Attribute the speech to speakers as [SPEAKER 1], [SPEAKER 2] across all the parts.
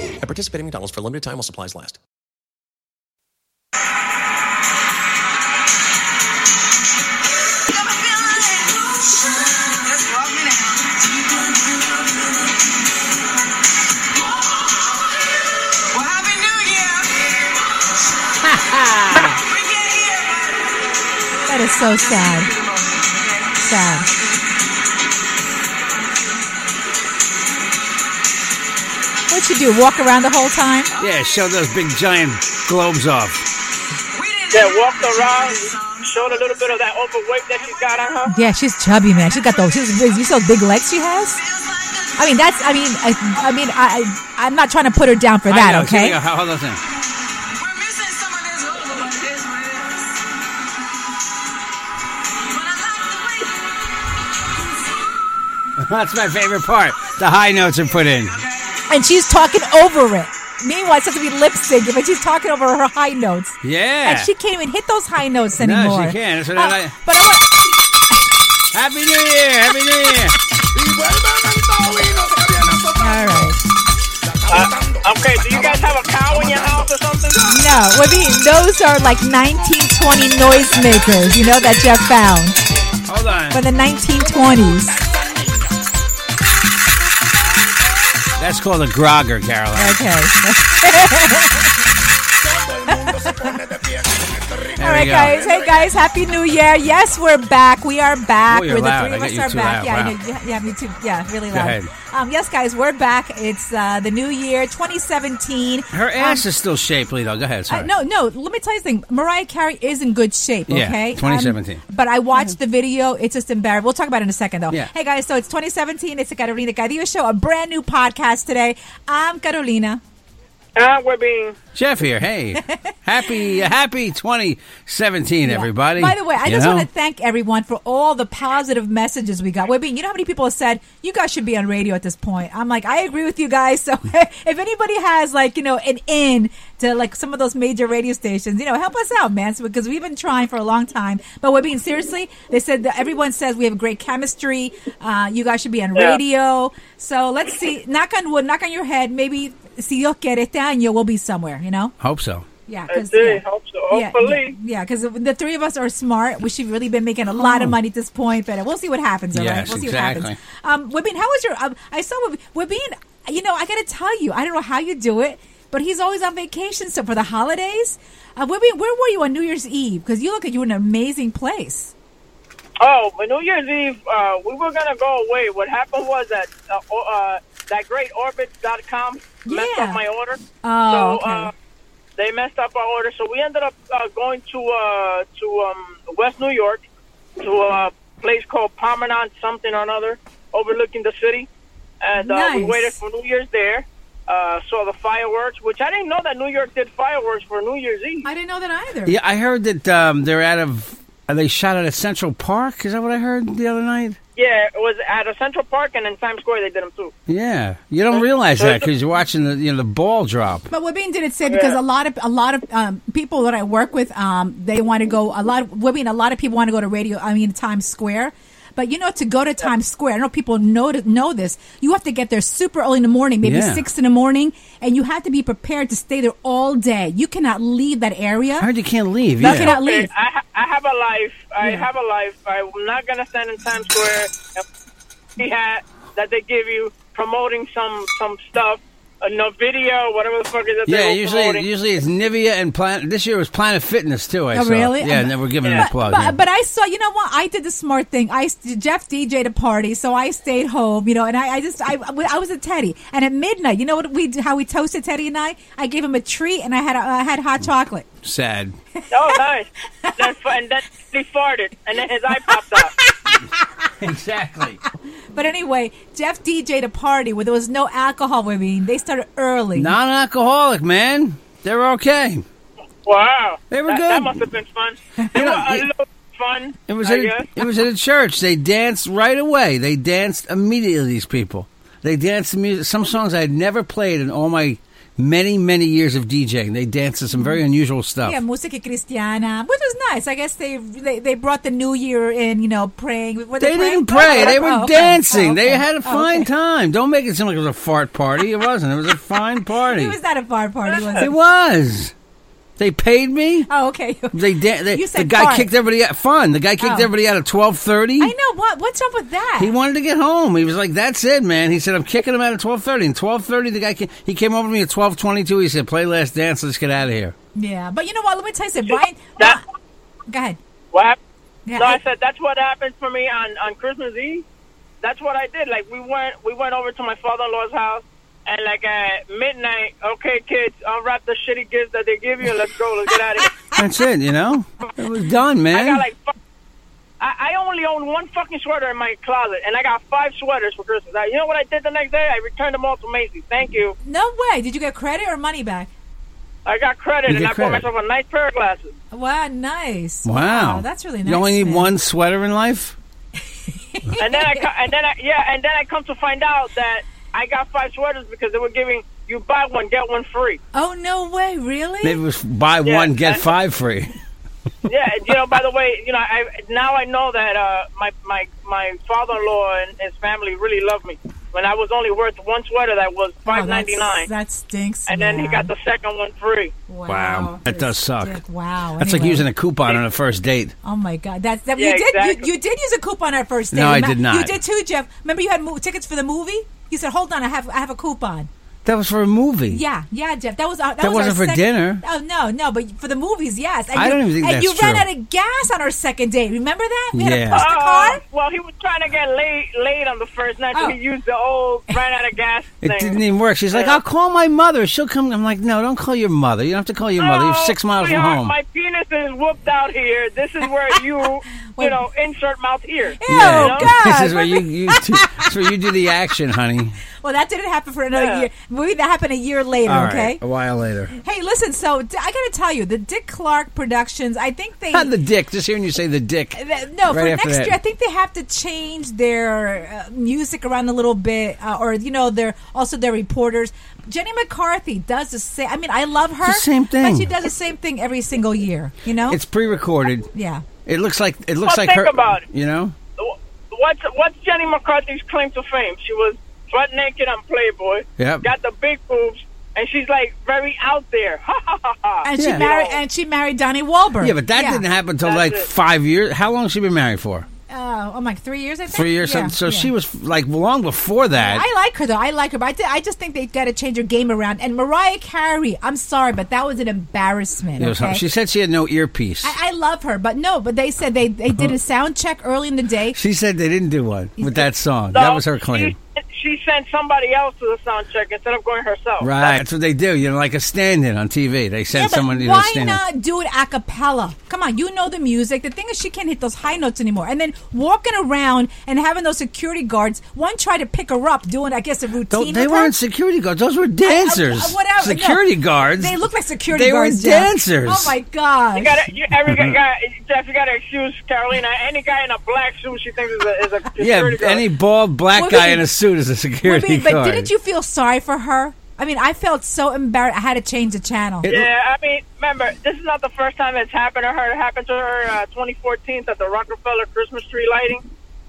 [SPEAKER 1] And participate in McDonald's for a limited time while supplies last.
[SPEAKER 2] that is so sad. Sad. What you do? Walk around the whole time?
[SPEAKER 3] Yeah, show those big giant globes off.
[SPEAKER 4] Yeah, walked around, showed a little bit of that overweight that she's got uh-huh. on her.
[SPEAKER 2] Yeah, she's chubby, man. She's got those. She's big. You see those big legs she has. I mean, that's. I mean, I, I mean, I. I'm not trying to put her down for that.
[SPEAKER 3] I know,
[SPEAKER 2] okay.
[SPEAKER 3] Here we go. Hold on a second. That's my favorite part. The high notes are put in.
[SPEAKER 2] And she's talking over it. Meanwhile, it's supposed to be lip sync, but she's talking over her high notes.
[SPEAKER 3] Yeah.
[SPEAKER 2] And she can't even hit those high notes anymore.
[SPEAKER 3] No, she can't. That's what I
[SPEAKER 2] Uh,
[SPEAKER 3] like.
[SPEAKER 2] But I want.
[SPEAKER 3] Happy New Year! Happy New Year!
[SPEAKER 2] All right.
[SPEAKER 4] Uh, okay, do you guys have a cow in your house or something?
[SPEAKER 2] No, well, the, those are like 1920 noisemakers, you know, that Jeff found
[SPEAKER 3] Oh, Hold on.
[SPEAKER 2] from the 1920s.
[SPEAKER 3] That's called a grogger, Caroline.
[SPEAKER 2] Okay.
[SPEAKER 3] There
[SPEAKER 2] All right,
[SPEAKER 3] we go.
[SPEAKER 2] guys. Hey, guys. Happy New Year. Yes, we're back. We are back.
[SPEAKER 3] Oh, you're
[SPEAKER 2] we're the
[SPEAKER 3] loud.
[SPEAKER 2] three of
[SPEAKER 3] I
[SPEAKER 2] us
[SPEAKER 3] got you
[SPEAKER 2] are
[SPEAKER 3] too
[SPEAKER 2] back.
[SPEAKER 3] loud.
[SPEAKER 2] Yeah, I
[SPEAKER 3] Wow.
[SPEAKER 2] know. yeah, me too. Yeah, really
[SPEAKER 3] Go
[SPEAKER 2] loud.
[SPEAKER 3] ahead.
[SPEAKER 2] Um, yes, guys, we're back. It's uh, the new year, 2017.
[SPEAKER 3] Her
[SPEAKER 2] Um,
[SPEAKER 3] ass is still shapely, though. Go ahead.
[SPEAKER 2] I-
[SPEAKER 3] Sorry.
[SPEAKER 2] no, no. Let me tell you something. Mariah Carey is in good shape.
[SPEAKER 3] Yeah,
[SPEAKER 2] Okay, Um,
[SPEAKER 3] 2017.
[SPEAKER 2] but I watched the video. It's just embarrassing. We'll talk about it in a second, though.
[SPEAKER 3] Yeah.
[SPEAKER 2] Hey guys, so it's 2017. It's the Carolina Cadillo Show, a brand new podcast today. I'm Carolina.
[SPEAKER 4] Uh, we're being.
[SPEAKER 3] Jeff here. Hey, happy happy 2017, everybody.
[SPEAKER 2] By the way, I
[SPEAKER 3] You
[SPEAKER 2] just
[SPEAKER 3] know?
[SPEAKER 2] want to thank everyone for all the positive messages we got. Well, I mean, you know how many people have said you guys should be on radio at this point. I'm like, I agree with you guys. So if anybody has like you know an in to like some of those major radio stations, you know, help us out, man, So- because we've been trying for a long time. But we're being seriously. They said that everyone says we have great chemistry. Uh, you guys should be on
[SPEAKER 4] Yeah.
[SPEAKER 2] radio. So let's see. Knock on wood. Knock on your head. Maybe. Si Dios quiere, este año we'll be somewhere, you know?
[SPEAKER 3] Hope so.
[SPEAKER 2] Yeah,
[SPEAKER 4] I
[SPEAKER 2] because
[SPEAKER 4] do, hope so.
[SPEAKER 2] yeah,
[SPEAKER 4] Hopefully.
[SPEAKER 2] Yeah, because the three of us are smart. We should really been making a lot of money at this point, but we'll see what happens. All right,
[SPEAKER 3] Hmm. Yes,
[SPEAKER 2] we'll see what
[SPEAKER 3] exactly.
[SPEAKER 2] happens. Um, Wibin, how was your? Um, I saw Wib- Wibin. You know, I got to tell you, I don't know how you do it, but he's always on vacation. So for the holidays, uh, Wibin, where were you on New Year's Eve? Because you look at you in an amazing place.
[SPEAKER 4] Oh, but New Year's Eve, uh, we were gonna go away. What happened was that uh, o- uh, that great orbit.com messed
[SPEAKER 2] Yeah.
[SPEAKER 4] up my order.
[SPEAKER 2] Oh,
[SPEAKER 4] so,
[SPEAKER 2] okay.
[SPEAKER 4] uh, they messed up our order, so we ended up uh, going to uh, to um, West New York to a place called Promenade something or another, overlooking the city, and uh, we
[SPEAKER 2] Nice.
[SPEAKER 4] waited for New Year's there. Uh, saw the fireworks, which I didn't know that New York did fireworks for New Year's Eve.
[SPEAKER 2] I didn't know that either.
[SPEAKER 3] Yeah, I heard that um, they're out of. Are they shot out at Central Park? Is that what I heard the other night?
[SPEAKER 4] Yeah, it was at a Central Park and in Times Square they did them too.
[SPEAKER 3] Yeah, you don't realize that because you're watching the you know the ball drop.
[SPEAKER 2] But Wibin did it say because a lot of a lot of um, people that I work with, um, they want to go a lot. Of, Wibin, a lot of people want to go to radio. I mean Times Square. But you know, to go to Times Square, I know people know to, know this. You have to get there super early in the morning, maybe
[SPEAKER 3] Yeah.
[SPEAKER 2] six in the morning, and you have to be prepared to stay there all day. You cannot leave that area.
[SPEAKER 3] I heard you can't leave.
[SPEAKER 2] You
[SPEAKER 3] yeah.
[SPEAKER 2] cannot
[SPEAKER 4] Hey,
[SPEAKER 2] leave.
[SPEAKER 4] I, ha- I have a life. I
[SPEAKER 2] Yeah.
[SPEAKER 4] have a life. I'm not gonna stand in Times Square and see hat that they give you promoting some some stuff. a Nvidia, whatever the fuck is that.
[SPEAKER 3] Yeah,
[SPEAKER 4] they're
[SPEAKER 3] usually
[SPEAKER 4] promoting.
[SPEAKER 3] usually it's Nivea and Planet. This year was Planet Fitness too. I
[SPEAKER 2] Oh,
[SPEAKER 3] saw.
[SPEAKER 2] really?
[SPEAKER 3] Yeah, and then we're giving them a
[SPEAKER 2] But,
[SPEAKER 3] plug.
[SPEAKER 2] but,
[SPEAKER 3] yeah.
[SPEAKER 2] but I saw, you know what? I did the smart thing. I Jeff DJ'd a party, so I stayed home, you know, and I, I just I, I was a Teddy. And at midnight, you know what we how we toasted Teddy and I? I gave him a treat, and I had I had hot chocolate.
[SPEAKER 3] Sad.
[SPEAKER 4] Oh, nice. That's fu- and then he farted, and then his eye popped out.
[SPEAKER 3] exactly.
[SPEAKER 2] But anyway, Jeff DJ'd a party where there was no alcohol. I mean, they started early.
[SPEAKER 3] Non-alcoholic, man. They're okay.
[SPEAKER 4] Wow.
[SPEAKER 3] They were
[SPEAKER 4] that,
[SPEAKER 3] good.
[SPEAKER 4] That must have been fun. They were a little fun.
[SPEAKER 3] It was
[SPEAKER 4] I
[SPEAKER 3] at a,
[SPEAKER 4] guess.
[SPEAKER 3] it was at a church. They danced right away. They danced immediately. These people. They danced to music. Some songs I had never played in all my many many years of DJing. They danced to some very unusual stuff.
[SPEAKER 2] Yeah, musica cristiana, which was nice. I guess they they, they brought the new year in, you know, praying. Were
[SPEAKER 3] They
[SPEAKER 2] praying?
[SPEAKER 3] didn't pray.
[SPEAKER 2] Oh,
[SPEAKER 3] They were
[SPEAKER 2] oh, okay.
[SPEAKER 3] dancing.
[SPEAKER 2] Oh, okay.
[SPEAKER 3] They had a
[SPEAKER 2] Oh,
[SPEAKER 3] fine
[SPEAKER 2] okay.
[SPEAKER 3] time. Don't make it sound like it was a fart party. It wasn't. It was a fine party.
[SPEAKER 2] It was not a bar party, was
[SPEAKER 3] It
[SPEAKER 2] it?
[SPEAKER 3] was. They paid me.
[SPEAKER 2] Oh, okay.
[SPEAKER 3] They, da- they
[SPEAKER 2] You
[SPEAKER 3] the
[SPEAKER 2] said
[SPEAKER 3] guy
[SPEAKER 2] fart.
[SPEAKER 3] kicked everybody out. Fun. The guy kicked
[SPEAKER 2] Oh.
[SPEAKER 3] everybody out at twelve thirty.
[SPEAKER 2] I know what. What's up with that?
[SPEAKER 3] Hmm. He wanted to get home. He was like, "That's it, man." He said, "I'm kicking him out at 12:30." And 12:30, the guy came, he came over to me at 12:22. He said, "Play Last Dance. Let's get out of here."
[SPEAKER 2] yeah, but you know what? Let me tell you something. Ryan,
[SPEAKER 4] that-
[SPEAKER 2] Ri- go ahead.
[SPEAKER 4] What happened?
[SPEAKER 2] Yeah,
[SPEAKER 4] no, I,
[SPEAKER 2] I-
[SPEAKER 4] said that's what happened for me on on Christmas Eve. That's what I did. Like we went we went over to my father-in-law's house, and like at midnight, okay, kids, unwrap the shitty gifts that they give you and let's go. Let's get out of here.
[SPEAKER 3] That's it, you know. It was done,
[SPEAKER 4] I
[SPEAKER 3] man.
[SPEAKER 4] got like. Five, I I only own one fucking sweater in my closet, and I got five sweaters for Christmas. Now, You know what I did the next day? I returned them all to Macy's. Thank you.
[SPEAKER 2] No way. Did you get credit or money back?
[SPEAKER 4] I got credit,
[SPEAKER 3] You
[SPEAKER 4] and
[SPEAKER 3] get
[SPEAKER 4] I bought
[SPEAKER 3] credit.
[SPEAKER 4] myself a nice pair of glasses.
[SPEAKER 2] Wow, nice.
[SPEAKER 3] wow,
[SPEAKER 2] that's really nice.
[SPEAKER 3] You only need
[SPEAKER 2] man.
[SPEAKER 3] one sweater in life.
[SPEAKER 4] and then I co- and then I, yeah, and then I come to find out that I got five sweaters because they were giving you buy one get one free.
[SPEAKER 2] Oh no way! Really?
[SPEAKER 3] Maybe it was buy
[SPEAKER 4] Yeah,
[SPEAKER 3] one get
[SPEAKER 4] I-
[SPEAKER 3] five free.
[SPEAKER 4] Yeah, and, you know. By the way, you know, I now I know that uh, my my my father-in-law and his family really love me. When I was only worth one sweater that was
[SPEAKER 2] Oh,
[SPEAKER 4] five
[SPEAKER 2] that's-
[SPEAKER 4] ninety nine,
[SPEAKER 2] That stinks.
[SPEAKER 4] and then he got
[SPEAKER 2] man.
[SPEAKER 4] the second one free.
[SPEAKER 2] Wow,
[SPEAKER 3] that does suck.
[SPEAKER 2] Dick, Wow,
[SPEAKER 3] That's like
[SPEAKER 2] anyway.
[SPEAKER 3] using a coupon on a first date.
[SPEAKER 2] Oh my God! That's that.
[SPEAKER 4] Yeah,
[SPEAKER 2] you did.
[SPEAKER 4] exactly.
[SPEAKER 2] You, you did use a coupon at first date.
[SPEAKER 3] No, I
[SPEAKER 2] Remem-
[SPEAKER 3] did not.
[SPEAKER 2] You did too, Jeff. Remember, you had mo- tickets for the movie. You said, "Hold on, I have I have a coupon."
[SPEAKER 3] That was for a movie.
[SPEAKER 2] Yeah, yeah, Jeff. That was our, that,
[SPEAKER 3] That
[SPEAKER 2] was our
[SPEAKER 3] wasn't for
[SPEAKER 2] sec-
[SPEAKER 3] dinner.
[SPEAKER 2] Oh no, no, but for the movies, yes. And
[SPEAKER 3] I
[SPEAKER 2] you,
[SPEAKER 3] don't even think
[SPEAKER 2] and
[SPEAKER 3] that's
[SPEAKER 2] you ran
[SPEAKER 3] true.
[SPEAKER 2] out of gas on our second date. Remember that? We had
[SPEAKER 3] Yeah.
[SPEAKER 2] to push the
[SPEAKER 4] Uh,
[SPEAKER 2] car.
[SPEAKER 4] well, he was trying to get laid laid on the first night, so
[SPEAKER 2] Oh.
[SPEAKER 4] he used the old ran out of gas
[SPEAKER 3] It
[SPEAKER 4] thing.
[SPEAKER 3] didn't even work. She's like,
[SPEAKER 4] Yeah.
[SPEAKER 3] "I'll call my mother. She'll come." I'm like, "No, don't call your mother. You don't have to call your mother. You're
[SPEAKER 4] Oh,
[SPEAKER 3] six miles from
[SPEAKER 4] sweetheart,
[SPEAKER 3] home."
[SPEAKER 4] My penis is whooped out here. This is where you, you know, insert mouth here.
[SPEAKER 2] Ew,
[SPEAKER 3] Yeah.
[SPEAKER 2] Oh, God.
[SPEAKER 3] This is where you, you do, this is where you do the action, honey.
[SPEAKER 2] Well, that didn't happen for another
[SPEAKER 4] Yeah.
[SPEAKER 2] year. Maybe that happened a year later.
[SPEAKER 3] All right,
[SPEAKER 2] okay.
[SPEAKER 3] a while later.
[SPEAKER 2] Hey, listen. So d- I got to tell you, the Dick Clark Productions. I think they.
[SPEAKER 3] Not the dick. Just hearing you say the dick.
[SPEAKER 2] Th- Uh, No, for
[SPEAKER 3] Right after
[SPEAKER 2] next
[SPEAKER 3] that.
[SPEAKER 2] year, I think they have to change their uh, music around a little bit, uh, or you know, their also their reporters. Jenny McCarthy does the same. I mean, I love her.
[SPEAKER 3] It's the same
[SPEAKER 2] but
[SPEAKER 3] thing.
[SPEAKER 2] she does the same thing every single year. You know,
[SPEAKER 3] It's pre-recorded.
[SPEAKER 2] yeah.
[SPEAKER 3] It looks like it looks
[SPEAKER 4] Well,
[SPEAKER 3] like
[SPEAKER 4] think
[SPEAKER 3] her.
[SPEAKER 4] about it.
[SPEAKER 3] You know,
[SPEAKER 4] What's what's Jenny McCarthy's claim to fame? She was butt naked on Playboy.
[SPEAKER 3] Yep.
[SPEAKER 4] Got the big boobs, and she's like very out there. Ha ha ha ha.
[SPEAKER 2] And
[SPEAKER 3] Yeah.
[SPEAKER 2] she married and she married Donnie Wahlberg.
[SPEAKER 3] yeah, but that didn't happen until
[SPEAKER 4] That's
[SPEAKER 3] like
[SPEAKER 4] it.
[SPEAKER 3] five years. How long has she been married for?
[SPEAKER 2] Uh, oh my, three years. I think
[SPEAKER 3] Three years.
[SPEAKER 2] Yeah,
[SPEAKER 3] something. So
[SPEAKER 2] yeah.
[SPEAKER 3] she was like long before that.
[SPEAKER 2] I like her though. I like her, but I, thi- I just think they got to change her game around. And Mariah Carey, I'm sorry, but that was an embarrassment.
[SPEAKER 3] It was-
[SPEAKER 2] okay?
[SPEAKER 3] She said she had no earpiece.
[SPEAKER 2] I, I love her, but no. But they said they they did a sound check early in the day.
[SPEAKER 3] Uh-huh. she said they didn't do one with that song.
[SPEAKER 4] So
[SPEAKER 3] that was her claim.
[SPEAKER 4] She, she sent somebody else to the sound check instead of going herself.
[SPEAKER 3] Right. That's what they do. You know, like a stand-in on TV. They send
[SPEAKER 2] Yeah, but
[SPEAKER 3] someone. You know,
[SPEAKER 2] why
[SPEAKER 3] stand-in.
[SPEAKER 2] not do it a cappella? Come on, you know the music. The thing is, she can't hit those high notes anymore. And then walking around and having those security guards, one try to pick her up doing, I guess, a routine.
[SPEAKER 3] Don't- they
[SPEAKER 2] with
[SPEAKER 3] weren't
[SPEAKER 2] her.
[SPEAKER 3] security guards. Those were dancers.
[SPEAKER 2] Uh, uh, whatever, no.
[SPEAKER 3] Security guards.
[SPEAKER 2] They look like security
[SPEAKER 3] They were
[SPEAKER 2] guards. Jeff.
[SPEAKER 3] dancers.
[SPEAKER 2] Oh my god!
[SPEAKER 4] You gotta, you, every guy,
[SPEAKER 3] Mm-hmm.
[SPEAKER 4] guy- Jeff, you gotta excuse Carolina. Any guy in a black suit, she thinks is a, is a
[SPEAKER 3] Yeah,
[SPEAKER 4] security guard.
[SPEAKER 3] any bald black
[SPEAKER 2] Well,
[SPEAKER 3] guy
[SPEAKER 2] but-
[SPEAKER 3] in a suit is a security
[SPEAKER 2] Wait, but
[SPEAKER 3] guard.
[SPEAKER 2] didn't you feel sorry for her? I mean, I felt so embarrassed. I had to change the channel.
[SPEAKER 3] It-
[SPEAKER 4] Yeah, I mean, remember, this is not the first time it's happened to her. It happened to her uh, 2014 at the Rockefeller Christmas tree lighting,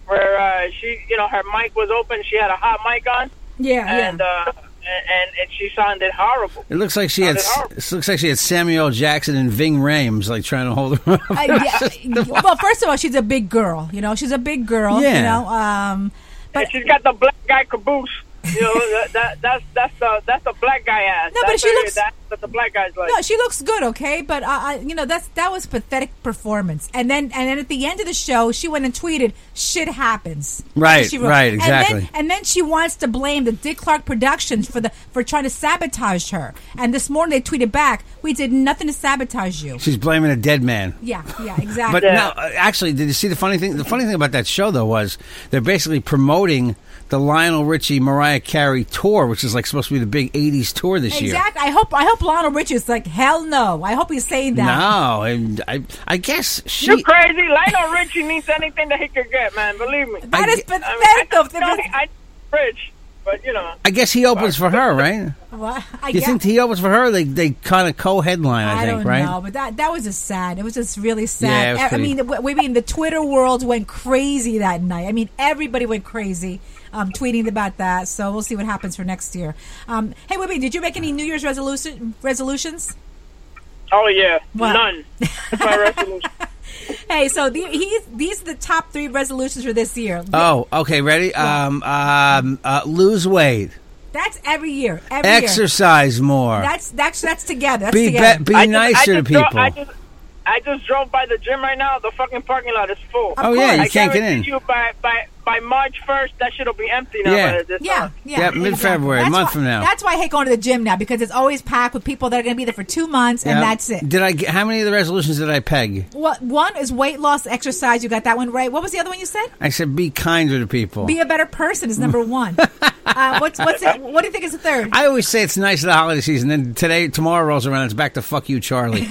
[SPEAKER 4] where uh, she, you know, her mic was open. She had a hot mic on,
[SPEAKER 2] yeah, yeah.
[SPEAKER 4] and uh, and and she sounded horrible.
[SPEAKER 3] It looks like she had.
[SPEAKER 4] Not at all.
[SPEAKER 3] It looks like she had Samuel Jackson and Ving Rhames like trying to hold her up.
[SPEAKER 2] Uh, yeah. well, first of all, she's a big girl. You know, she's a big girl.
[SPEAKER 3] Yeah.
[SPEAKER 2] You know, um, but
[SPEAKER 4] And she's got the black guy caboose. You know that, that that's that's the that's the black guy ass.
[SPEAKER 2] No, but
[SPEAKER 4] that's
[SPEAKER 2] she
[SPEAKER 4] the-
[SPEAKER 2] looks-
[SPEAKER 4] That's what the black guy's like.
[SPEAKER 2] No, she looks good, okay, but I, I, you know that's that was pathetic performance. And then and then at the end of the show, she went and tweeted, "Shit happens."
[SPEAKER 3] Right,
[SPEAKER 2] She
[SPEAKER 3] right,
[SPEAKER 2] And then- And
[SPEAKER 3] exactly.
[SPEAKER 2] then, she wants to blame the Dick Clark Productions for the for trying to sabotage her. And this morning they tweeted back, "We did nothing to sabotage you."
[SPEAKER 3] She's blaming a dead man.
[SPEAKER 2] Yeah, yeah, exactly.
[SPEAKER 3] But now, uh, actually, did you see the funny thing? The funny thing about that show though was they're basically promoting the Lionel Richie Mariah Carey tour, which is like supposed to be the big '80s tour this year.
[SPEAKER 2] exactly. I hope I hope Lionel Richie is like, "Hell no." I hope he's saying that.
[SPEAKER 3] No, and I, I guess she.
[SPEAKER 4] You're crazy. Lionel Richie needs anything that he could get, man. Believe me.
[SPEAKER 2] That
[SPEAKER 3] I
[SPEAKER 2] is
[SPEAKER 3] ge-
[SPEAKER 2] pathetic.
[SPEAKER 4] I,
[SPEAKER 2] of
[SPEAKER 4] I,
[SPEAKER 2] the-
[SPEAKER 4] know he- I rich, but you know.
[SPEAKER 3] I guess he opens for her, right?
[SPEAKER 2] What? I
[SPEAKER 3] You
[SPEAKER 2] guess-
[SPEAKER 3] think he opens for her? They they kind of co-headline, I,
[SPEAKER 2] I,
[SPEAKER 3] think,
[SPEAKER 2] don't
[SPEAKER 3] right?
[SPEAKER 2] know, but that that was just sad. It was just really
[SPEAKER 3] Yeah, it
[SPEAKER 2] sad.
[SPEAKER 3] was
[SPEAKER 2] I- I
[SPEAKER 3] pretty-
[SPEAKER 2] mean, w- we mean the Twitter world went crazy that night. I mean, everybody went crazy um, tweeting about that. So we'll see what happens for next year. Um, hey, Wibby, did you make any New Year's resolution resolutions?
[SPEAKER 4] Oh yeah,
[SPEAKER 2] What?
[SPEAKER 4] none. That's my resolution.
[SPEAKER 2] Hey, so the, he's, these are the top three resolutions for this year.
[SPEAKER 3] Oh, okay, ready? Um, um, uh, lose weight,
[SPEAKER 2] That's every year. Every year.
[SPEAKER 3] exercise more,
[SPEAKER 2] That's that's that's together. That's
[SPEAKER 3] be,
[SPEAKER 2] together.
[SPEAKER 3] be be
[SPEAKER 4] I just- I
[SPEAKER 3] nicer to
[SPEAKER 4] just dro-
[SPEAKER 3] people.
[SPEAKER 4] I just, I just drove by the gym right now. The fucking parking lot is full.
[SPEAKER 3] oh yeah, you
[SPEAKER 4] I
[SPEAKER 3] can't get in.
[SPEAKER 4] guarantee You by, by by March first, that shit'll be empty now.
[SPEAKER 3] Yeah.
[SPEAKER 4] by this
[SPEAKER 2] Yeah,
[SPEAKER 4] time.
[SPEAKER 2] yeah.
[SPEAKER 3] Yeah, mid-February,
[SPEAKER 2] That's
[SPEAKER 3] month
[SPEAKER 2] why-
[SPEAKER 3] from now.
[SPEAKER 2] That's why I hate going to the gym now because it's always packed with people that are going to be there for two months, and
[SPEAKER 3] Yeah.
[SPEAKER 2] that's it.
[SPEAKER 3] Did I? get- How many of the resolutions did I peg?
[SPEAKER 2] What one is weight loss exercise? You got that one right. What was the other one you said?
[SPEAKER 3] I said be kinder to people.
[SPEAKER 2] Be a better person is number one. uh, what's what's it, what do you think is the third?
[SPEAKER 3] I always say it's nice at the holiday season. Then today, tomorrow rolls around. It's back to fuck you, Charlie.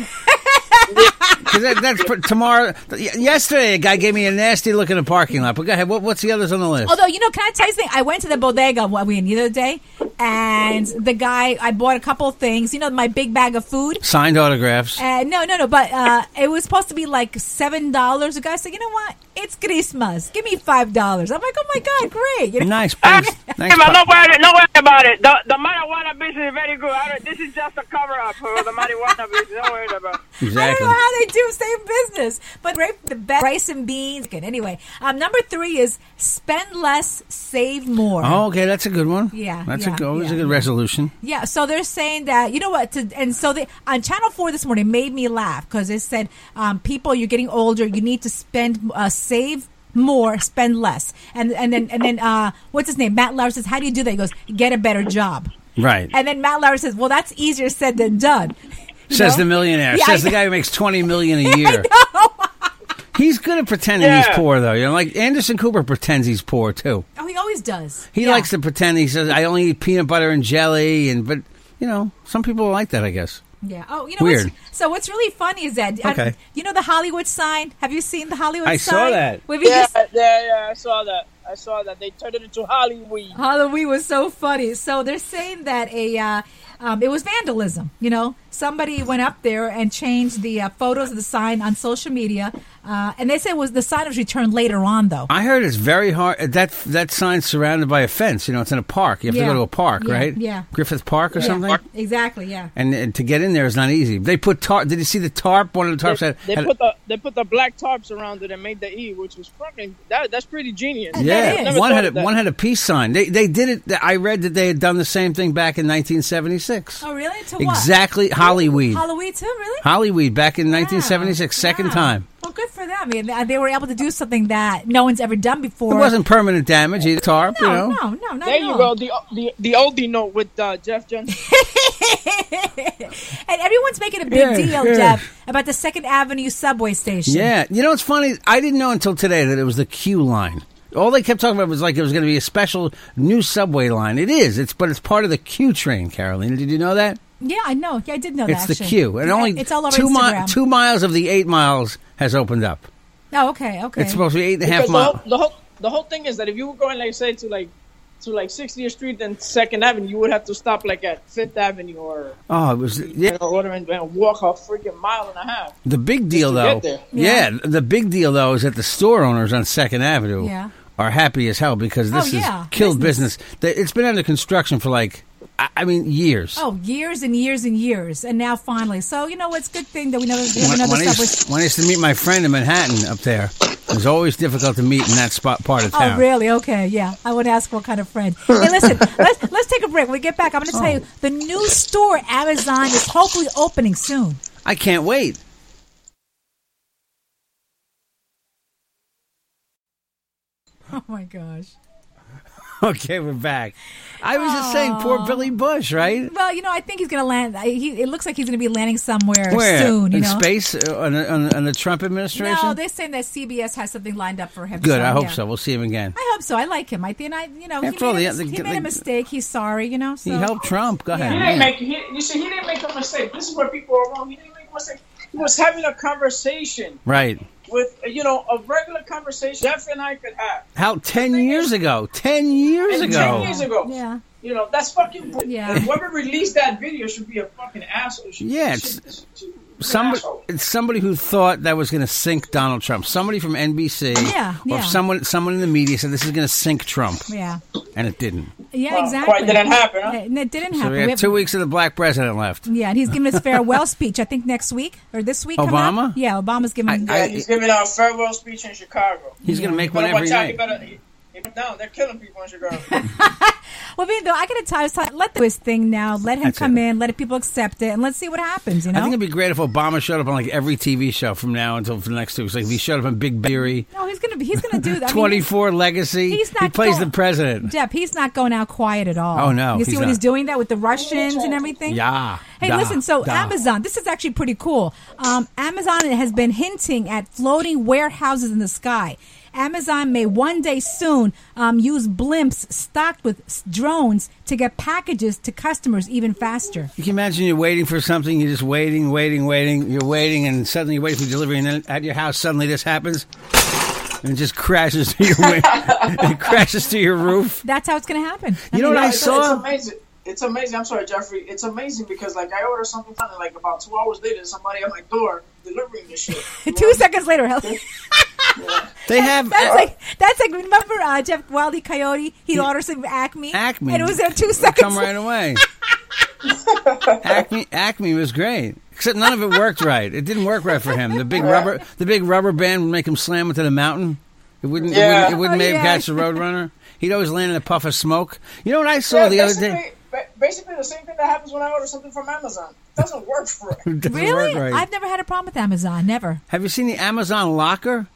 [SPEAKER 3] 'Cause that, that's pr- tomorrow. y- Yesterday, a guy gave me a nasty look in the parking lot. But go ahead. What, what's the others on the list?
[SPEAKER 2] Although you know, can I tell you something? I went to the bodega what we the other day, and the guy I bought a couple things. You know, my big bag of food.
[SPEAKER 3] Signed autographs.
[SPEAKER 2] Uh, no, no, no. But uh, it was supposed to be like seven dollars. The guy said, "You know what? It's Christmas. Give me five dollars." I'm like, "Oh my god, great!" You know?
[SPEAKER 3] nice. Thanks. thanks
[SPEAKER 4] Ah, Hey, man,
[SPEAKER 3] Pop.
[SPEAKER 4] don't worry, don't worry about it. The, the marijuana business is very good. I don't, this is just a cover up for the marijuana business. Don't worry about it.
[SPEAKER 3] Exactly.
[SPEAKER 2] I don't know how they do same business, but right, the best rice and beans. Good. Anyway, um, number three is spend less, save more.
[SPEAKER 3] Oh, okay, that's a good one.
[SPEAKER 2] Yeah,
[SPEAKER 3] that's
[SPEAKER 2] yeah,
[SPEAKER 3] a good, always
[SPEAKER 2] yeah,
[SPEAKER 3] a good
[SPEAKER 2] yeah.
[SPEAKER 3] resolution.
[SPEAKER 2] Yeah, so they're saying that you know what, to, and so they on Channel Four this morning made me laugh because it said, um, "People, you're getting older. You need to spend, uh, save." More, spend less, and and then and then uh, what's his name? Matt Lauer says, "How do you do that?" He goes, "Get a better job."
[SPEAKER 3] Right.
[SPEAKER 2] And then Matt Lauer says, "Well, that's easier said than done." You
[SPEAKER 3] Says
[SPEAKER 2] know?
[SPEAKER 3] the millionaire.
[SPEAKER 2] Yeah,
[SPEAKER 3] Says
[SPEAKER 2] I
[SPEAKER 3] the
[SPEAKER 2] know.
[SPEAKER 3] guy who makes twenty million a year. he's good at pretending he's
[SPEAKER 4] Yeah.
[SPEAKER 3] poor, though. You know, like Anderson Cooper pretends he's poor too.
[SPEAKER 2] Oh, he always does.
[SPEAKER 3] He
[SPEAKER 2] Yeah.
[SPEAKER 3] likes to pretend he says, "I only eat peanut butter and jelly," and but you know, some people like that, I guess.
[SPEAKER 2] Yeah. Oh, you know.
[SPEAKER 3] Weird.
[SPEAKER 2] What's, so what's really funny is that I-
[SPEAKER 3] Okay.
[SPEAKER 2] you know the Hollywood sign. Have you seen the Hollywood
[SPEAKER 3] I saw
[SPEAKER 2] sign?
[SPEAKER 3] that.
[SPEAKER 2] Where we
[SPEAKER 4] Yeah,
[SPEAKER 2] just-
[SPEAKER 4] yeah, yeah. I saw that. I saw that. They turned it into Hollywood.
[SPEAKER 2] Halloween was so funny. So they're saying that a uh, um, it was vandalism. You know, somebody went up there and changed the uh, photos of the sign on social media, uh, and they said it was the sign was returned later on though.
[SPEAKER 3] I heard it's very hard. That that sign's surrounded by a fence. You know, it's in a park. You have
[SPEAKER 2] Yeah.
[SPEAKER 3] to go to a park,
[SPEAKER 2] Yeah,
[SPEAKER 3] right?
[SPEAKER 2] yeah.
[SPEAKER 3] Griffith Park or
[SPEAKER 2] Yeah,
[SPEAKER 3] something.
[SPEAKER 2] Exactly. Yeah.
[SPEAKER 3] And, and to get in there is not easy. They put tarp. Did you see the tarp? One of the tarps
[SPEAKER 4] They,
[SPEAKER 3] had,
[SPEAKER 4] they
[SPEAKER 3] had-
[SPEAKER 4] put the they put the black tarps around it and made the E, which was fucking that. That's pretty genius.
[SPEAKER 2] That
[SPEAKER 3] Yeah,
[SPEAKER 2] is.
[SPEAKER 3] one
[SPEAKER 4] Never
[SPEAKER 3] had
[SPEAKER 4] thought
[SPEAKER 3] a,
[SPEAKER 4] of that.
[SPEAKER 3] one had a peace sign. They they did it. th- I read that they had done the same thing back in 1976.
[SPEAKER 2] Oh, really? To what?
[SPEAKER 3] Exactly, Hollyweed.
[SPEAKER 2] Halloween too? Really?
[SPEAKER 3] Hollyweed back in
[SPEAKER 2] Wow.
[SPEAKER 3] 1976, second
[SPEAKER 2] Wow.
[SPEAKER 3] time.
[SPEAKER 2] Well, good for them. I mean, they- they were able to do something that no one's ever done before.
[SPEAKER 3] It wasn't permanent damage. Either tarp,
[SPEAKER 2] No,
[SPEAKER 3] you know.
[SPEAKER 2] no, no, not
[SPEAKER 4] There
[SPEAKER 2] at
[SPEAKER 4] you
[SPEAKER 2] all.
[SPEAKER 4] go. The the the oldie note with uh, Jeff Johnson.
[SPEAKER 2] and everyone's making a big
[SPEAKER 3] Yeah,
[SPEAKER 2] deal,
[SPEAKER 3] yeah.
[SPEAKER 2] Jeff, about the Second Avenue subway station.
[SPEAKER 3] Yeah, you know it's funny. I didn't know until today that it was the Q line. All they kept talking about was like it was going to be a special new subway line. It is. It's but it's part of the Q train, Carolina. Did you know that?
[SPEAKER 2] Yeah, I know. Yeah, I did know
[SPEAKER 3] It's
[SPEAKER 2] that.
[SPEAKER 3] the
[SPEAKER 2] actually.
[SPEAKER 3] Q, and
[SPEAKER 2] Yeah,
[SPEAKER 3] only
[SPEAKER 2] it's all over
[SPEAKER 3] two mi-
[SPEAKER 2] Instagram.
[SPEAKER 3] two miles of the eight miles has opened up.
[SPEAKER 2] oh, okay, okay.
[SPEAKER 3] It's supposed to be eight and a
[SPEAKER 4] Because
[SPEAKER 3] half
[SPEAKER 4] the
[SPEAKER 3] miles.
[SPEAKER 4] whole, the whole the whole thing is that if you were going like say to like to like 60th Street and Second Avenue, you would have to stop like at Fifth Avenue or
[SPEAKER 3] Oh, it was yeah.
[SPEAKER 4] you know, whatever, and, and walk a freaking mile and a half.
[SPEAKER 3] The big deal,
[SPEAKER 4] to
[SPEAKER 3] though,
[SPEAKER 4] get there.
[SPEAKER 3] yeah. the big deal though is that the store owners on Second Avenue
[SPEAKER 2] Yeah.
[SPEAKER 3] are happy as hell because
[SPEAKER 2] Oh,
[SPEAKER 3] this
[SPEAKER 2] yeah.
[SPEAKER 3] has killed
[SPEAKER 2] Business.
[SPEAKER 3] business. They- It's been under construction for like, I I mean, years.
[SPEAKER 2] oh, years and years and years, and now finally. So you know, it's a good thing that we never we have
[SPEAKER 3] When,
[SPEAKER 2] another
[SPEAKER 3] when I
[SPEAKER 2] subway.
[SPEAKER 3] used, when I used to meet my friend in Manhattan up there, It's always difficult to meet in that spot part of town.
[SPEAKER 2] Oh, really? Okay, yeah. I would ask what kind of friend. Hey, listen, let's let's take a break. When we get back, I'm going to tell
[SPEAKER 3] Oh.
[SPEAKER 2] you the new store Amazon is hopefully opening soon.
[SPEAKER 3] I can't wait.
[SPEAKER 2] Oh my gosh.
[SPEAKER 3] Okay, we're back. I was just saying, poor Billy Bush, right?
[SPEAKER 2] Well, you know, I think he's going to land. I- He, it looks like he's going to be landing somewhere
[SPEAKER 3] Where
[SPEAKER 2] soon. You
[SPEAKER 3] in
[SPEAKER 2] know,
[SPEAKER 3] space uh, on, the- on, the- on the Trump administration?
[SPEAKER 2] no, they're saying that CBS has something lined up for him.
[SPEAKER 3] Good. I hope
[SPEAKER 2] yeah.
[SPEAKER 3] so. We'll see him again.
[SPEAKER 2] I hope so. I like him. I think I, you know, he, made,
[SPEAKER 3] After all,
[SPEAKER 2] a,
[SPEAKER 3] the-
[SPEAKER 2] mis- he
[SPEAKER 3] the-
[SPEAKER 2] made
[SPEAKER 3] the-
[SPEAKER 2] a mistake. He's sorry, you know. So.
[SPEAKER 3] He helped Trump. Go
[SPEAKER 2] Yeah.
[SPEAKER 3] ahead.
[SPEAKER 4] He didn't make. He, you see, he didn't make a mistake. This is where people are wrong. He didn't make a mistake. He was having a conversation
[SPEAKER 3] Right.
[SPEAKER 4] with, you know, a regular conversation Jeff and I could have.
[SPEAKER 3] How ten years ago? Ten years
[SPEAKER 4] And
[SPEAKER 3] ago.
[SPEAKER 4] Ten years ago.
[SPEAKER 2] Yeah.
[SPEAKER 4] You know, that's fucking. bull-
[SPEAKER 2] Yeah.
[SPEAKER 4] and Whoever released that video should be a fucking asshole. She-
[SPEAKER 3] Yeah,
[SPEAKER 4] she-
[SPEAKER 3] it's-
[SPEAKER 4] she- she- she's an
[SPEAKER 3] Somebody,
[SPEAKER 4] asshole.
[SPEAKER 3] it's somebody who thought that was going to sink Donald Trump. Somebody from NBC,
[SPEAKER 2] Yeah,
[SPEAKER 3] or
[SPEAKER 2] yeah.
[SPEAKER 3] someone, someone in the media said this is going to sink Trump,
[SPEAKER 2] Yeah.
[SPEAKER 3] and it didn't.
[SPEAKER 2] Yeah.
[SPEAKER 4] Well,
[SPEAKER 2] exactly.
[SPEAKER 4] Quite didn't happen. Huh?
[SPEAKER 2] And it didn't happen.
[SPEAKER 3] So we
[SPEAKER 2] We
[SPEAKER 3] had
[SPEAKER 2] have-
[SPEAKER 3] two weeks of the black president left.
[SPEAKER 2] Yeah, and he's giving his farewell speech. I think next week or this week. coming up.
[SPEAKER 3] Obama?
[SPEAKER 2] Yeah, Obama's giving.
[SPEAKER 3] I-
[SPEAKER 4] Yeah, he's giving out a farewell speech in Chicago.
[SPEAKER 3] He's going to make one
[SPEAKER 4] Better
[SPEAKER 3] every
[SPEAKER 4] watch out. You
[SPEAKER 3] night.
[SPEAKER 4] better. he- he- No, they're killing people in Chicago.
[SPEAKER 2] well, I mean, though, I gotta tell you, it's like, let the his thing now. Let him
[SPEAKER 3] That's
[SPEAKER 2] come
[SPEAKER 3] it.
[SPEAKER 2] in. Let people accept it, and let's see what happens. You
[SPEAKER 3] I
[SPEAKER 2] know.
[SPEAKER 3] think it'd be great if Obama showed up on like every TV show from now until for the next two weeks. Like if he showed up on Big Theory,
[SPEAKER 2] no, he's gonna be. He's gonna do that. I mean,
[SPEAKER 3] Twenty Four Legacy.
[SPEAKER 2] he's
[SPEAKER 3] he
[SPEAKER 2] not
[SPEAKER 3] plays
[SPEAKER 2] going-
[SPEAKER 3] the president.
[SPEAKER 2] Jeff, he's not going out quiet at all.
[SPEAKER 3] Oh, no,
[SPEAKER 2] You see
[SPEAKER 3] he's
[SPEAKER 2] what he's
[SPEAKER 3] not.
[SPEAKER 2] doing that with the Russians and everything.
[SPEAKER 3] Yeah,
[SPEAKER 2] Hey,
[SPEAKER 3] da,
[SPEAKER 2] listen. So
[SPEAKER 3] da.
[SPEAKER 2] Amazon, this is actually pretty cool. Um, Amazon has been hinting at floating warehouses in the sky. Amazon may one day soon um, use blimps stocked with s- drones to get packages to customers even faster.
[SPEAKER 3] You can imagine you're waiting for something. You're just waiting, waiting, waiting. You're waiting, and suddenly you're waiting for delivery, and then at your house suddenly this happens, and it just crashes to your window. it crashes to your roof.
[SPEAKER 2] That's how it's going to happen.
[SPEAKER 3] You know what I
[SPEAKER 4] it's, It's
[SPEAKER 3] saw?
[SPEAKER 4] amazing. It's amazing. I'm sorry, Jeffrey. It's amazing because like I order something from them, like about two hours later, somebody at my door delivering this shit. You know?
[SPEAKER 2] Two seconds later, hell.
[SPEAKER 3] They have
[SPEAKER 2] That's like that's like remember uh, Jeff Wildy Coyote? He ordered some Acme.
[SPEAKER 3] Acme.
[SPEAKER 2] And it was there two
[SPEAKER 3] It'll
[SPEAKER 2] seconds.
[SPEAKER 3] Come right away. Acme, Acme was great, except none of it worked right. It didn't work right for him. The big rubber, the big rubber band would make him slam into the mountain. It wouldn't.
[SPEAKER 4] Yeah.
[SPEAKER 3] It wouldn't, it wouldn't
[SPEAKER 2] Oh,
[SPEAKER 3] make him
[SPEAKER 2] yeah.
[SPEAKER 3] catch the roadrunner. He'd always land in a puff of smoke. You know what I saw
[SPEAKER 4] Yeah,
[SPEAKER 3] the other
[SPEAKER 4] basically-
[SPEAKER 3] day?
[SPEAKER 4] ba- Basically, the same thing that happens when I order something from Amazon. It doesn't work for it.
[SPEAKER 3] It doesn't
[SPEAKER 2] Really?
[SPEAKER 3] work right.
[SPEAKER 2] I've never had a problem with Amazon. Never.
[SPEAKER 3] Have you seen the Amazon locker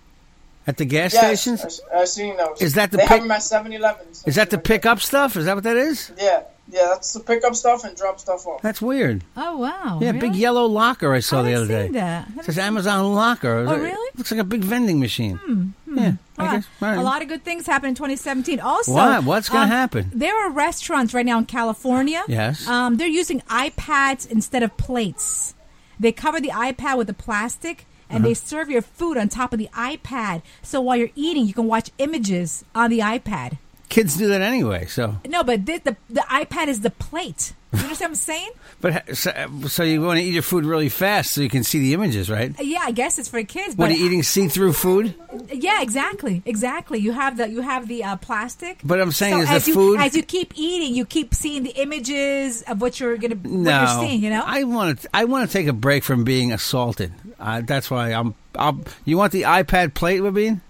[SPEAKER 3] at the gas
[SPEAKER 4] Yes,
[SPEAKER 3] stations?
[SPEAKER 4] I- I've seen those.
[SPEAKER 3] Is that the
[SPEAKER 4] they
[SPEAKER 3] pick-
[SPEAKER 4] have them at 7-Eleven?
[SPEAKER 3] Is that to pick up stuff? Is that what that is?
[SPEAKER 4] Yeah, yeah. That's to pick up stuff and drop stuff off.
[SPEAKER 3] That's weird.
[SPEAKER 2] Oh wow.
[SPEAKER 3] Yeah, big
[SPEAKER 2] really?
[SPEAKER 3] yellow locker I saw
[SPEAKER 2] I
[SPEAKER 3] the other
[SPEAKER 2] haven't
[SPEAKER 3] day.
[SPEAKER 2] seen that. I
[SPEAKER 3] It
[SPEAKER 2] haven't
[SPEAKER 3] says
[SPEAKER 2] seen-
[SPEAKER 3] Amazon locker.
[SPEAKER 2] Oh, really? Hmm,
[SPEAKER 3] looks like a big vending machine. Yeah. I
[SPEAKER 2] Wow.
[SPEAKER 3] guess. All right.
[SPEAKER 2] A lot of good things happened in 2017. Also, um,
[SPEAKER 3] What? What's gonna happen?
[SPEAKER 2] There are restaurants right now in California.
[SPEAKER 3] Yes.
[SPEAKER 2] Um, they're using iPads instead of plates. They cover the iPad with a plastic. And they
[SPEAKER 3] Uh-huh.
[SPEAKER 2] serve your food on top of the iPad. So while you're eating, you can watch images on the iPad.
[SPEAKER 3] Kids do that anyway. So,
[SPEAKER 2] No, but thi- the, the iPad is the plate. You understand what I'm saying?
[SPEAKER 3] but ha- so, so you want to eat your food really fast so you can see the images, right?
[SPEAKER 2] Yeah, I guess it's for kids.
[SPEAKER 3] What
[SPEAKER 2] But
[SPEAKER 3] are you eating see-through food?
[SPEAKER 2] Yeah, exactly, exactly. You have the you have the uh, plastic.
[SPEAKER 3] But I'm saying
[SPEAKER 2] so
[SPEAKER 3] is
[SPEAKER 2] as
[SPEAKER 3] the
[SPEAKER 2] you,
[SPEAKER 3] food-
[SPEAKER 2] as you keep eating, you keep seeing the images of what you're gonna
[SPEAKER 3] No,
[SPEAKER 2] what you're seeing. You know,
[SPEAKER 3] I want to. I want to take a break from being assaulted. Uh, that's why I'm. I'll, you want the iPad plate, Rabin?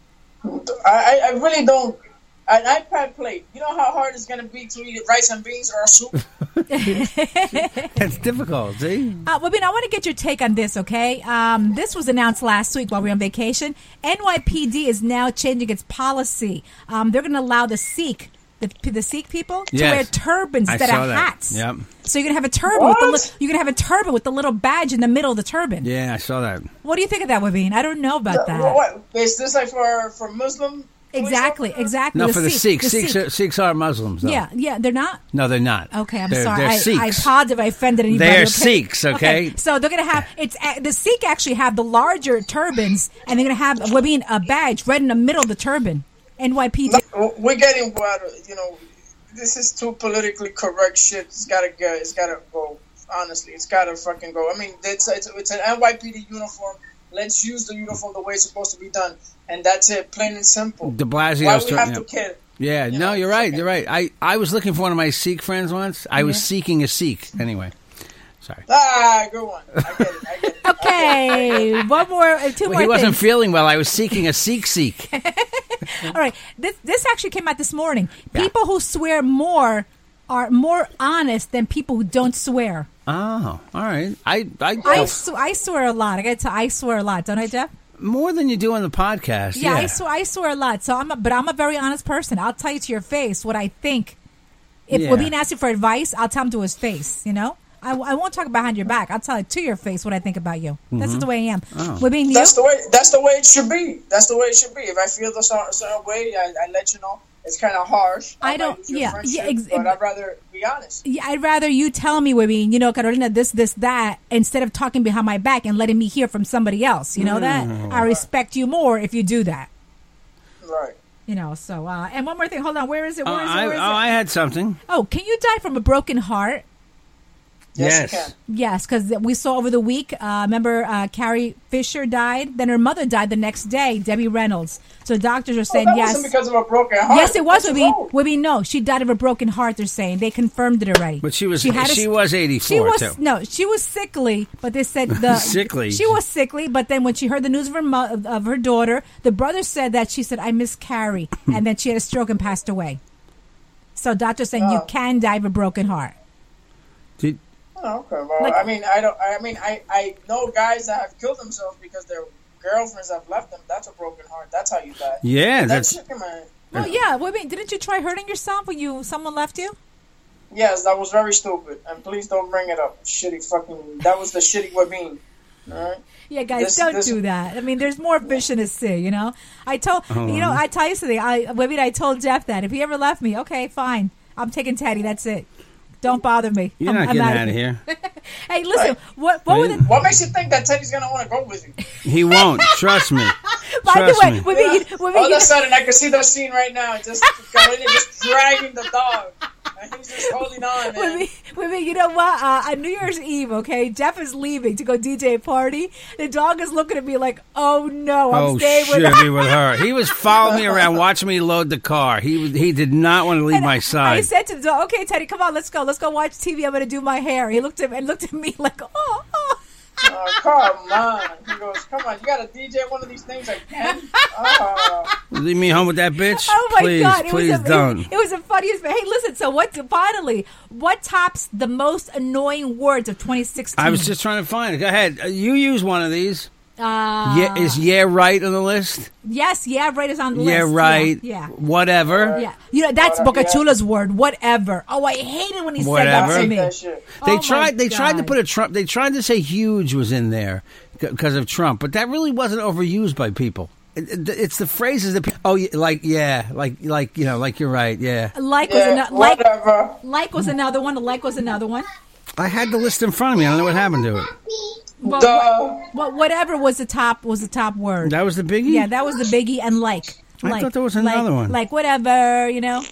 [SPEAKER 4] I, I, I really don't. An iPad plate. You know how hard it's gonna be to eat rice and beans or soup.
[SPEAKER 3] That's difficult. See,
[SPEAKER 2] Uh, Wabin, I want to get your take on this, okay? Um, this was announced last week while we were on vacation. NYPD is now changing its policy. Um, they're going to allow the Sikh, the, the Sikh people, to
[SPEAKER 3] Yes.
[SPEAKER 2] wear turbans
[SPEAKER 3] I
[SPEAKER 2] instead
[SPEAKER 3] saw
[SPEAKER 2] of
[SPEAKER 3] that.
[SPEAKER 2] hats.
[SPEAKER 3] Yep.
[SPEAKER 2] So you're going to have a turban. With the
[SPEAKER 4] What?
[SPEAKER 2] li- you're going to have a turban with the little badge in the middle of the turban.
[SPEAKER 3] yeah, I saw that.
[SPEAKER 2] What do you think of that, Wabin? I don't know about that.
[SPEAKER 4] What, what is this like for for Muslim? police
[SPEAKER 2] Exactly,
[SPEAKER 4] officers?
[SPEAKER 2] exactly.
[SPEAKER 3] No, for the
[SPEAKER 2] Sikh,
[SPEAKER 3] Sikhs. Sikhs,
[SPEAKER 2] Sikh.
[SPEAKER 3] Are, Sikhs are Muslims. Though.
[SPEAKER 2] Yeah, yeah, they're not.
[SPEAKER 3] No, they're not.
[SPEAKER 2] Okay, I'm
[SPEAKER 3] They're-
[SPEAKER 2] sorry.
[SPEAKER 3] They're
[SPEAKER 2] I, I
[SPEAKER 3] Sikhs.
[SPEAKER 2] apologize if I offended anybody.
[SPEAKER 3] They're Sikhs, okay?
[SPEAKER 2] So they're gonna have it's a- the Sikh actually have the larger turbans, and they're gonna have what being a badge right in the middle of the turban. NYPD.
[SPEAKER 4] W- We're getting what you know. This is too politically correct shit. It's gotta go. It's gotta go. Honestly, it's gotta fucking go. I mean, it's it's, it's an NYPD uniform. Let's use the uniform the way it's supposed to be done, and that's it, plain and simple.
[SPEAKER 3] De Blasio's
[SPEAKER 4] Why we
[SPEAKER 3] turn-
[SPEAKER 4] have
[SPEAKER 3] yeah.
[SPEAKER 4] to care?
[SPEAKER 3] Yeah,
[SPEAKER 4] You
[SPEAKER 3] no,
[SPEAKER 4] know,
[SPEAKER 3] you're right.
[SPEAKER 4] okay.
[SPEAKER 3] You're right. I, I was looking for one of my Sikh friends once. I was seeking a Sikh anyway. Sorry.
[SPEAKER 4] Ah, good one. I get it. I get it.
[SPEAKER 2] Okay, one more, uh, two
[SPEAKER 3] Well,
[SPEAKER 2] more.
[SPEAKER 3] he wasn't
[SPEAKER 2] things.
[SPEAKER 3] feeling well. I was seeking a seek seek.
[SPEAKER 2] All right, this this actually came out this morning. People who swear more are more honest than people who don't swear.
[SPEAKER 3] Oh, all right. I, I,
[SPEAKER 2] I, sw- I swear a lot. I got to. I swear a lot, don't I, Jeff?
[SPEAKER 3] more than you do on the podcast.
[SPEAKER 2] Yeah,
[SPEAKER 3] Yeah,
[SPEAKER 2] I swear. I swear a lot. So I'm, a, but I'm a very honest person. I'll tell you to your face what I think. If
[SPEAKER 3] Yeah.
[SPEAKER 2] we're being asked for advice, I'll tell him to his face. You know, I, I won't talk behind your back. I'll tell it to your face what I think about you.
[SPEAKER 3] Mm-hmm.
[SPEAKER 2] That's the way I am.
[SPEAKER 3] Oh.
[SPEAKER 2] We're being you.
[SPEAKER 4] That's the way. That's the way it should be. That's the way it should be. If I feel the certain, certain way, I, I let you know. It's kind of harsh.
[SPEAKER 2] I
[SPEAKER 4] might
[SPEAKER 2] don't-
[SPEAKER 4] lose your
[SPEAKER 2] yeah,
[SPEAKER 4] friendship,
[SPEAKER 2] yeah, ex-
[SPEAKER 4] but I'd rather be honest.
[SPEAKER 2] Yeah, I'd rather you tell me, Webby, you know, Carolina, this, this, that, instead of talking behind my back and letting me hear from somebody else. You know that?
[SPEAKER 3] Mm.
[SPEAKER 2] I respect you more if you do that.
[SPEAKER 4] Right.
[SPEAKER 2] You know, so, uh, and one more thing. Hold on. Where is it?
[SPEAKER 3] Oh,
[SPEAKER 2] Where is
[SPEAKER 3] I,
[SPEAKER 2] it? Where is
[SPEAKER 3] oh,
[SPEAKER 2] it?
[SPEAKER 3] I had something.
[SPEAKER 2] oh, can you die from a broken heart?
[SPEAKER 4] Yes, you
[SPEAKER 3] Yes.
[SPEAKER 4] can.
[SPEAKER 2] Yes, because we saw over the week, uh, remember, uh, Carrie Fisher died. Then her mother died the next day, Debbie Reynolds. So doctors are saying
[SPEAKER 4] Oh, That wasn't
[SPEAKER 2] yes.
[SPEAKER 4] because of a broken heart.
[SPEAKER 2] Yes, it was,
[SPEAKER 4] That's
[SPEAKER 2] Webby.
[SPEAKER 4] wrong.
[SPEAKER 2] Webby, no. She died of a broken heart, they're saying. They confirmed it already.
[SPEAKER 3] But she was-
[SPEAKER 2] a-
[SPEAKER 3] she was 84,
[SPEAKER 2] She was,
[SPEAKER 3] too.
[SPEAKER 2] No, she was sickly, but they said the.
[SPEAKER 3] Sickly.
[SPEAKER 2] She was sickly, but then when she heard the news of her, mo- of her daughter, the brother said that she said, I miss Carrie. and then she had a stroke and passed away. So doctors saying you
[SPEAKER 4] Oh.
[SPEAKER 2] can die of a broken heart.
[SPEAKER 3] Did,
[SPEAKER 4] Oh, okay. Well,
[SPEAKER 2] Like-
[SPEAKER 4] I mean, I don't. I mean, I I know guys that have killed themselves because their girlfriends have left them. That's a broken heart. That's how you die.
[SPEAKER 3] yeah, that's.
[SPEAKER 4] That's man.
[SPEAKER 2] Well, yeah. Webby, didn't you try hurting yourself when you someone left you?
[SPEAKER 4] Yes, that was very stupid. And please don't bring it up. Shitty fucking. That was the shitty Webin. All right.
[SPEAKER 2] Yeah, guys,
[SPEAKER 4] This-
[SPEAKER 2] don't
[SPEAKER 4] this-
[SPEAKER 2] do that. I mean, there's more fish in the sea, you know. I told you know, I tell you something. I maybe I told Jeff that if he ever left me, okay, fine, I'm taking Teddy. That's it. Don't bother me.
[SPEAKER 3] You're
[SPEAKER 2] I'm,
[SPEAKER 3] not
[SPEAKER 2] I'm
[SPEAKER 3] getting
[SPEAKER 2] outta
[SPEAKER 3] out of here.
[SPEAKER 2] Hey, listen. What what were the
[SPEAKER 4] What makes you think that Teddy's gonna want to go with you?
[SPEAKER 3] He won't. Trust me.
[SPEAKER 2] by the
[SPEAKER 3] Trust
[SPEAKER 2] way,
[SPEAKER 3] me.
[SPEAKER 2] women, you, women,
[SPEAKER 4] All
[SPEAKER 2] you,
[SPEAKER 4] of a sudden, I can see that scene right now. Just Carolina just dragging the dog, and he's just holding on, man.
[SPEAKER 2] Women, women, you know what? Uh, on New Year's Eve, okay, Jeff is leaving to go DJ a party. The dog is looking at me like, "Oh no, I'm
[SPEAKER 3] Oh
[SPEAKER 2] staying
[SPEAKER 3] shit,
[SPEAKER 2] with."
[SPEAKER 3] be with her. He was following me around, watching me load the car. He was- he did not want to leave my
[SPEAKER 2] I
[SPEAKER 3] side.
[SPEAKER 2] said to the dog, "Okay, Teddy, come on, let's go. Let's go watch TV. I'm going to do my hair." He looked at and looked at me like, "Oh." oh.
[SPEAKER 4] Oh, come on. He goes, come on. You got to DJ one of these things again? Oh,
[SPEAKER 3] Leave me home with that bitch.
[SPEAKER 2] Oh my
[SPEAKER 3] please,
[SPEAKER 2] god!
[SPEAKER 3] please
[SPEAKER 2] it was a,
[SPEAKER 3] don't.
[SPEAKER 2] It, it was the funniest. Hey, listen. So what? Finally, what tops the most annoying words of 2016?
[SPEAKER 3] I was just trying to find it. Go ahead. Uh, You use one of these. Uh, yeah, is yeah right on the list?
[SPEAKER 2] yes, yeah, right is on the
[SPEAKER 3] yeah
[SPEAKER 2] list.
[SPEAKER 3] right.
[SPEAKER 2] Yeah. yeah.
[SPEAKER 3] Whatever.
[SPEAKER 2] Yeah. you know that's
[SPEAKER 4] Whatever,
[SPEAKER 2] Bocachula's word. Whatever. Oh, I hated when he
[SPEAKER 3] Whatever.
[SPEAKER 4] I hate
[SPEAKER 2] said that
[SPEAKER 4] that
[SPEAKER 2] to me.
[SPEAKER 4] shit.
[SPEAKER 2] Oh
[SPEAKER 3] They
[SPEAKER 2] my
[SPEAKER 3] tried. They tried to
[SPEAKER 2] God.
[SPEAKER 3] put a Trump. They tried to say huge was in there because of Trump, but that really wasn't overused by people. It- it- It's the phrases that people, oh yeah, like yeah like like you know like you're right yeah.
[SPEAKER 2] Like was
[SPEAKER 4] Yeah,
[SPEAKER 2] another like
[SPEAKER 4] whatever.
[SPEAKER 2] like was another one. Like was another one.
[SPEAKER 3] I had the list in front of me. I don't know what happened to it.
[SPEAKER 2] Well,
[SPEAKER 4] Duh.
[SPEAKER 2] what- well, whatever was the top was the top word.
[SPEAKER 3] That was the biggie.
[SPEAKER 2] yeah, that was the biggie. And like,
[SPEAKER 3] I
[SPEAKER 2] like
[SPEAKER 3] thought there was
[SPEAKER 2] like-
[SPEAKER 3] another one.
[SPEAKER 2] Like whatever, you know.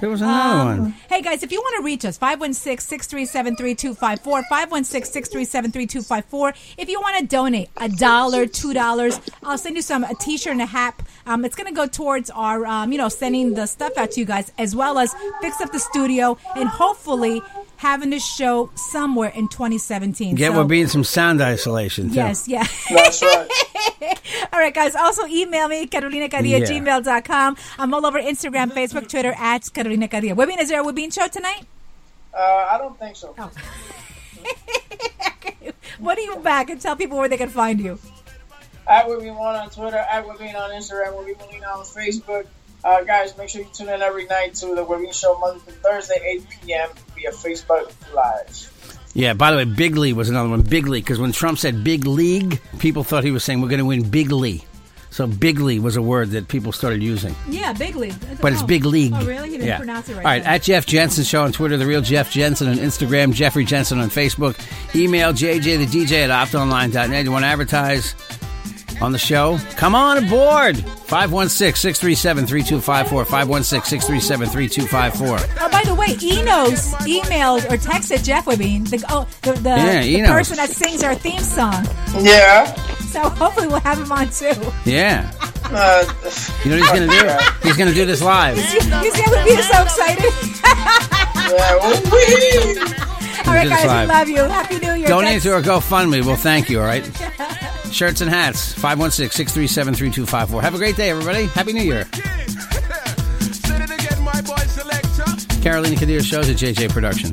[SPEAKER 3] there was another
[SPEAKER 2] um,
[SPEAKER 3] one.
[SPEAKER 2] Hey guys, if you want to reach us, 516-637-3254, 516-637-3254. If you want to donate a dollar, two dollars, I'll send you some a t-shirt and a hat. Um, it's going to go towards our, um, you know, sending the stuff out to you guys, as well as fix up the studio and hopefully having this show somewhere in 2017.
[SPEAKER 3] Get
[SPEAKER 2] So-
[SPEAKER 3] we're being some sound isolation. too.
[SPEAKER 2] Yes, yeah.
[SPEAKER 4] That's right.
[SPEAKER 2] All right, guys. Also, email me, Carolina Cadilla,
[SPEAKER 3] Yeah.
[SPEAKER 2] gmail.com. I'm all over Instagram, Facebook, Twitter, at Carolina Cadilla. Webin, is there a Webin show tonight?
[SPEAKER 4] Uh, I don't think so.
[SPEAKER 2] What do you back and tell people where they can find you?
[SPEAKER 4] At Would Be One on Twitter, at Would Be on Instagram, Would Be One on Facebook. Uh, guys, make sure you tune in every night to the Would Be Show Monday through Thursday, 8 p.m. via Facebook Live.
[SPEAKER 3] Yeah. By the way, Big Lee was another one. Big Lee, because when Trump said Big League, people thought he was saying we're going to win Big Lee. So Big Lee was a word that people started using.
[SPEAKER 2] Yeah, Big League.
[SPEAKER 3] but it's big league.
[SPEAKER 2] Oh, really? He didn't
[SPEAKER 3] Yeah.
[SPEAKER 2] pronounce it right.
[SPEAKER 3] All right,
[SPEAKER 2] then.
[SPEAKER 3] at Jeff Jensen Show on Twitter, the real Jeff Jensen on Instagram, Jeffrey Jensen on Facebook. Email JJ the DJ at optonline.net. You want to advertise on the show? Come on aboard. 516-637-3254. 516-637-3254.
[SPEAKER 2] oh, by the way, Enos emailed or texted Jeff Webin, the, oh, the, the,
[SPEAKER 3] Yeah,
[SPEAKER 2] the
[SPEAKER 3] Enos.
[SPEAKER 2] person that sings our theme song.
[SPEAKER 4] Yeah.
[SPEAKER 2] So hopefully we'll have him on too.
[SPEAKER 3] Yeah.
[SPEAKER 4] Uh,
[SPEAKER 3] You know what he's going to do? He's going to do this live.
[SPEAKER 2] You see how Webin is so excited?
[SPEAKER 4] yeah. Woo-wee.
[SPEAKER 3] listening
[SPEAKER 2] All right,
[SPEAKER 3] to this
[SPEAKER 2] guys, we
[SPEAKER 3] live.
[SPEAKER 2] love you. Happy New Year.
[SPEAKER 3] Donate
[SPEAKER 2] guys.
[SPEAKER 3] to our GoFundMe. We'll thank you, all right? Shirts and hats, 516 637 3254. Have a great day, everybody. Happy New Year.
[SPEAKER 5] Say it again, my boy selector.
[SPEAKER 3] Carolina Cadillo shows at JJ Production.